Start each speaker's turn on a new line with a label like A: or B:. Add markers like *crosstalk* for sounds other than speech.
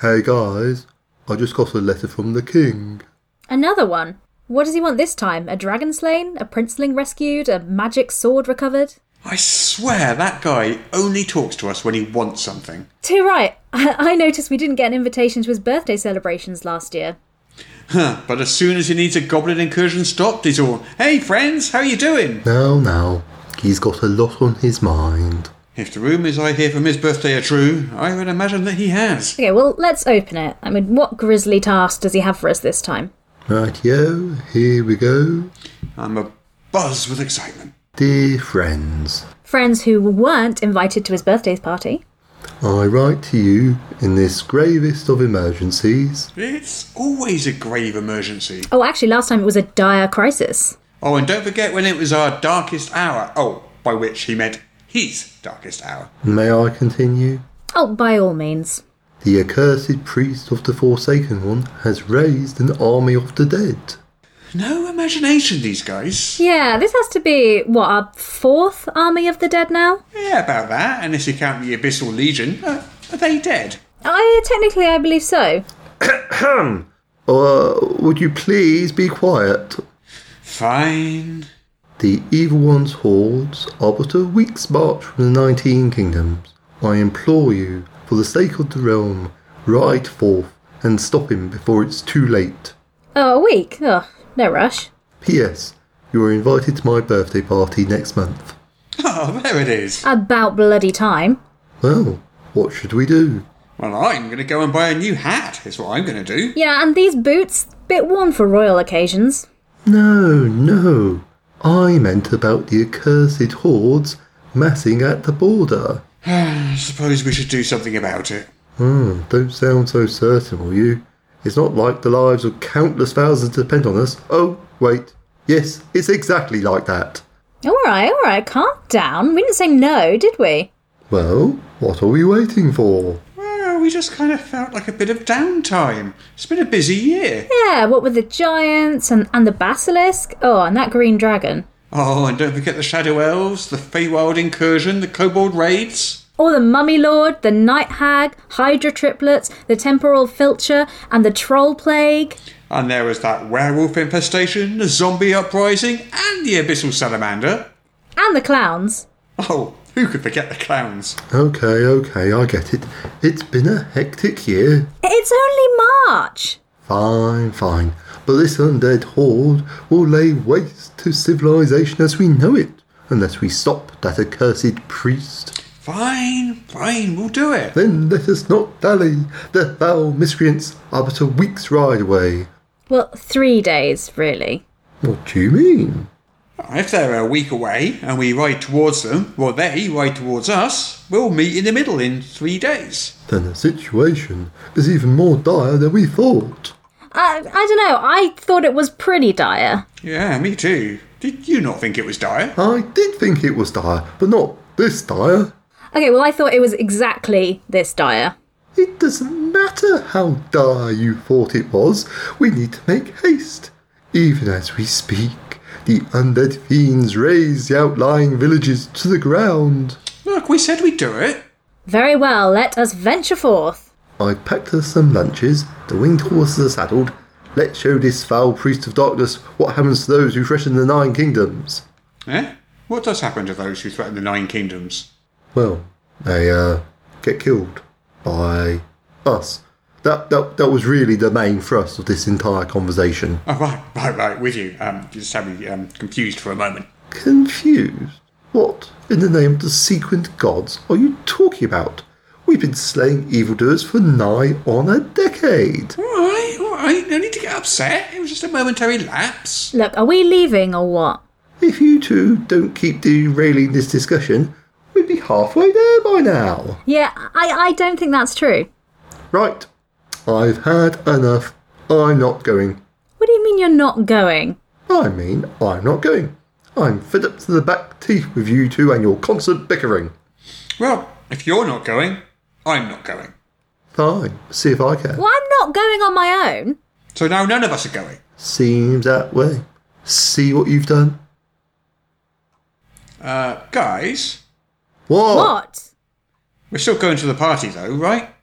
A: Hey guys, I just got a letter from the king.
B: Another one. What does he want this time? A dragon slain? A princeling rescued? A magic sword recovered?
C: I swear that guy only talks to us when he wants something.
B: Too right. *laughs* I, I noticed we didn't get an invitation to his birthday celebrations last year.
C: Huh, but as soon as he needs a goblin incursion stopped, he's all, Hey friends, how you doing?
A: Now, now, he's got a lot on his mind.
C: If the rumours I hear from his birthday are true, I would imagine that he has.
B: Okay, well, let's open it. I mean, what grisly task does he have for us this time?
A: Rightio, here we go.
C: I'm a buzz with excitement.
A: Dear friends,
B: Friends who weren't invited to his birthday party.
A: I write to you in this gravest of emergencies.
C: It's always a grave emergency.
B: Oh, actually, last time it was a dire crisis.
C: Oh, and don't forget when it was our darkest hour. Oh, by which he meant his darkest hour.
A: May I continue?
B: Oh, by all means.
A: The accursed priest of the Forsaken One has raised an army of the dead.
C: No imagination, these guys.
B: Yeah, this has to be, what, our fourth army of the dead now?
C: Yeah, about that, unless you count the Abyssal Legion. Uh, are they dead?
B: I, technically, I believe so.
A: Uh, would you please be quiet?
C: Fine.
A: The evil one's hordes are but a week's march from the nineteen kingdoms. I implore you, for the sake of the realm, ride forth and stop him before it's too late.
B: Oh, a week? Oh, no rush.
A: P.S. You are invited to my birthday party next month.
C: Oh, there it is.
B: About bloody time.
A: Well, what should we do?
C: Well, I'm going to go and buy a new hat, is what I'm going to do. *sighs*
B: Yeah, and these boots, bit worn for royal occasions.
A: No, no. I meant about the accursed hordes massing at the border.
C: I suppose we should do something about it.
A: Hmm, don't sound so certain, will you? It's not like the lives of countless thousands depend on us. Oh, wait. Yes, it's exactly like that.
B: All right, all right, calm down. We didn't say no, did we?
A: Well, what are we waiting for?
C: Well, we just kind of felt like a bit of downtime. It's been a busy year.
B: Yeah, what with the giants and, and the basilisk? Oh, and that green dragon.
C: Oh, and don't forget the Shadow Elves, the Feywild incursion, the Kobold raids.
B: Or the mummy lord, the night hag, hydra triplets, the temporal filcher, and the troll plague.
C: And there was that werewolf infestation, the zombie uprising, and the abyssal salamander.
B: And the clowns.
C: Oh, who could forget the clowns?
A: Okay, okay, I get it. It's been a hectic year.
B: It's only March!
A: Fine, fine. But this undead horde will lay waste to civilization as we know it, unless we stop that accursed priest.
C: Fine, fine, we'll do it.
A: Then let us not dally. The foul miscreants are but a week's ride away.
B: Well, three days, really.
A: What do you mean?
C: If they're a week away and we ride towards them, or they ride towards us, we'll meet in the middle in three days.
A: Then the situation is even more dire than we thought.
B: I, I don't know, I thought it was pretty dire.
C: Yeah, me too. Did you not think it was dire?
A: I did think it was dire, but not this dire.
B: Okay, well, I thought it was exactly this dire.
A: It doesn't matter how dire you thought it was, we need to make haste. Even as we speak, the undead fiends raise the outlying villages to the ground.
C: Look, we said we'd do it.
B: Very well, let us venture forth.
A: I packed us some lunches, the winged horses are saddled. Let's show this foul priest of darkness what happens to those who threaten the Nine Kingdoms.
C: Eh? What does happen to those who threaten the Nine Kingdoms?
A: Well, they uh, get killed by us. That, that that was really the main thrust of this entire conversation.
C: Oh, right, right, right, with you. Um, you just had me um, confused for a moment.
A: Confused? What in the name of the sequent gods are you talking about? We've been slaying evildoers for nigh on a decade.
C: All right, all right, no need to get upset. It was just a momentary lapse.
B: Look, are we leaving or what?
A: If you two don't keep derailing this discussion, we'd be halfway there by now.
B: Yeah, I, I don't think that's true.
A: Right. I've had enough. I'm not going.
B: What do you mean you're not going?
A: I mean, I'm not going. I'm fed up to the back teeth with you two and your constant bickering.
C: Well, if you're not going, I'm not going.
A: Fine, see if I can.
B: Well, I'm not going on my own.
C: So now none of us are going.
A: Seems that way. See what you've done?
C: Uh, guys,
A: What?
B: What?
C: Uh,
A: Oh.
C: we're still going to the party though, right?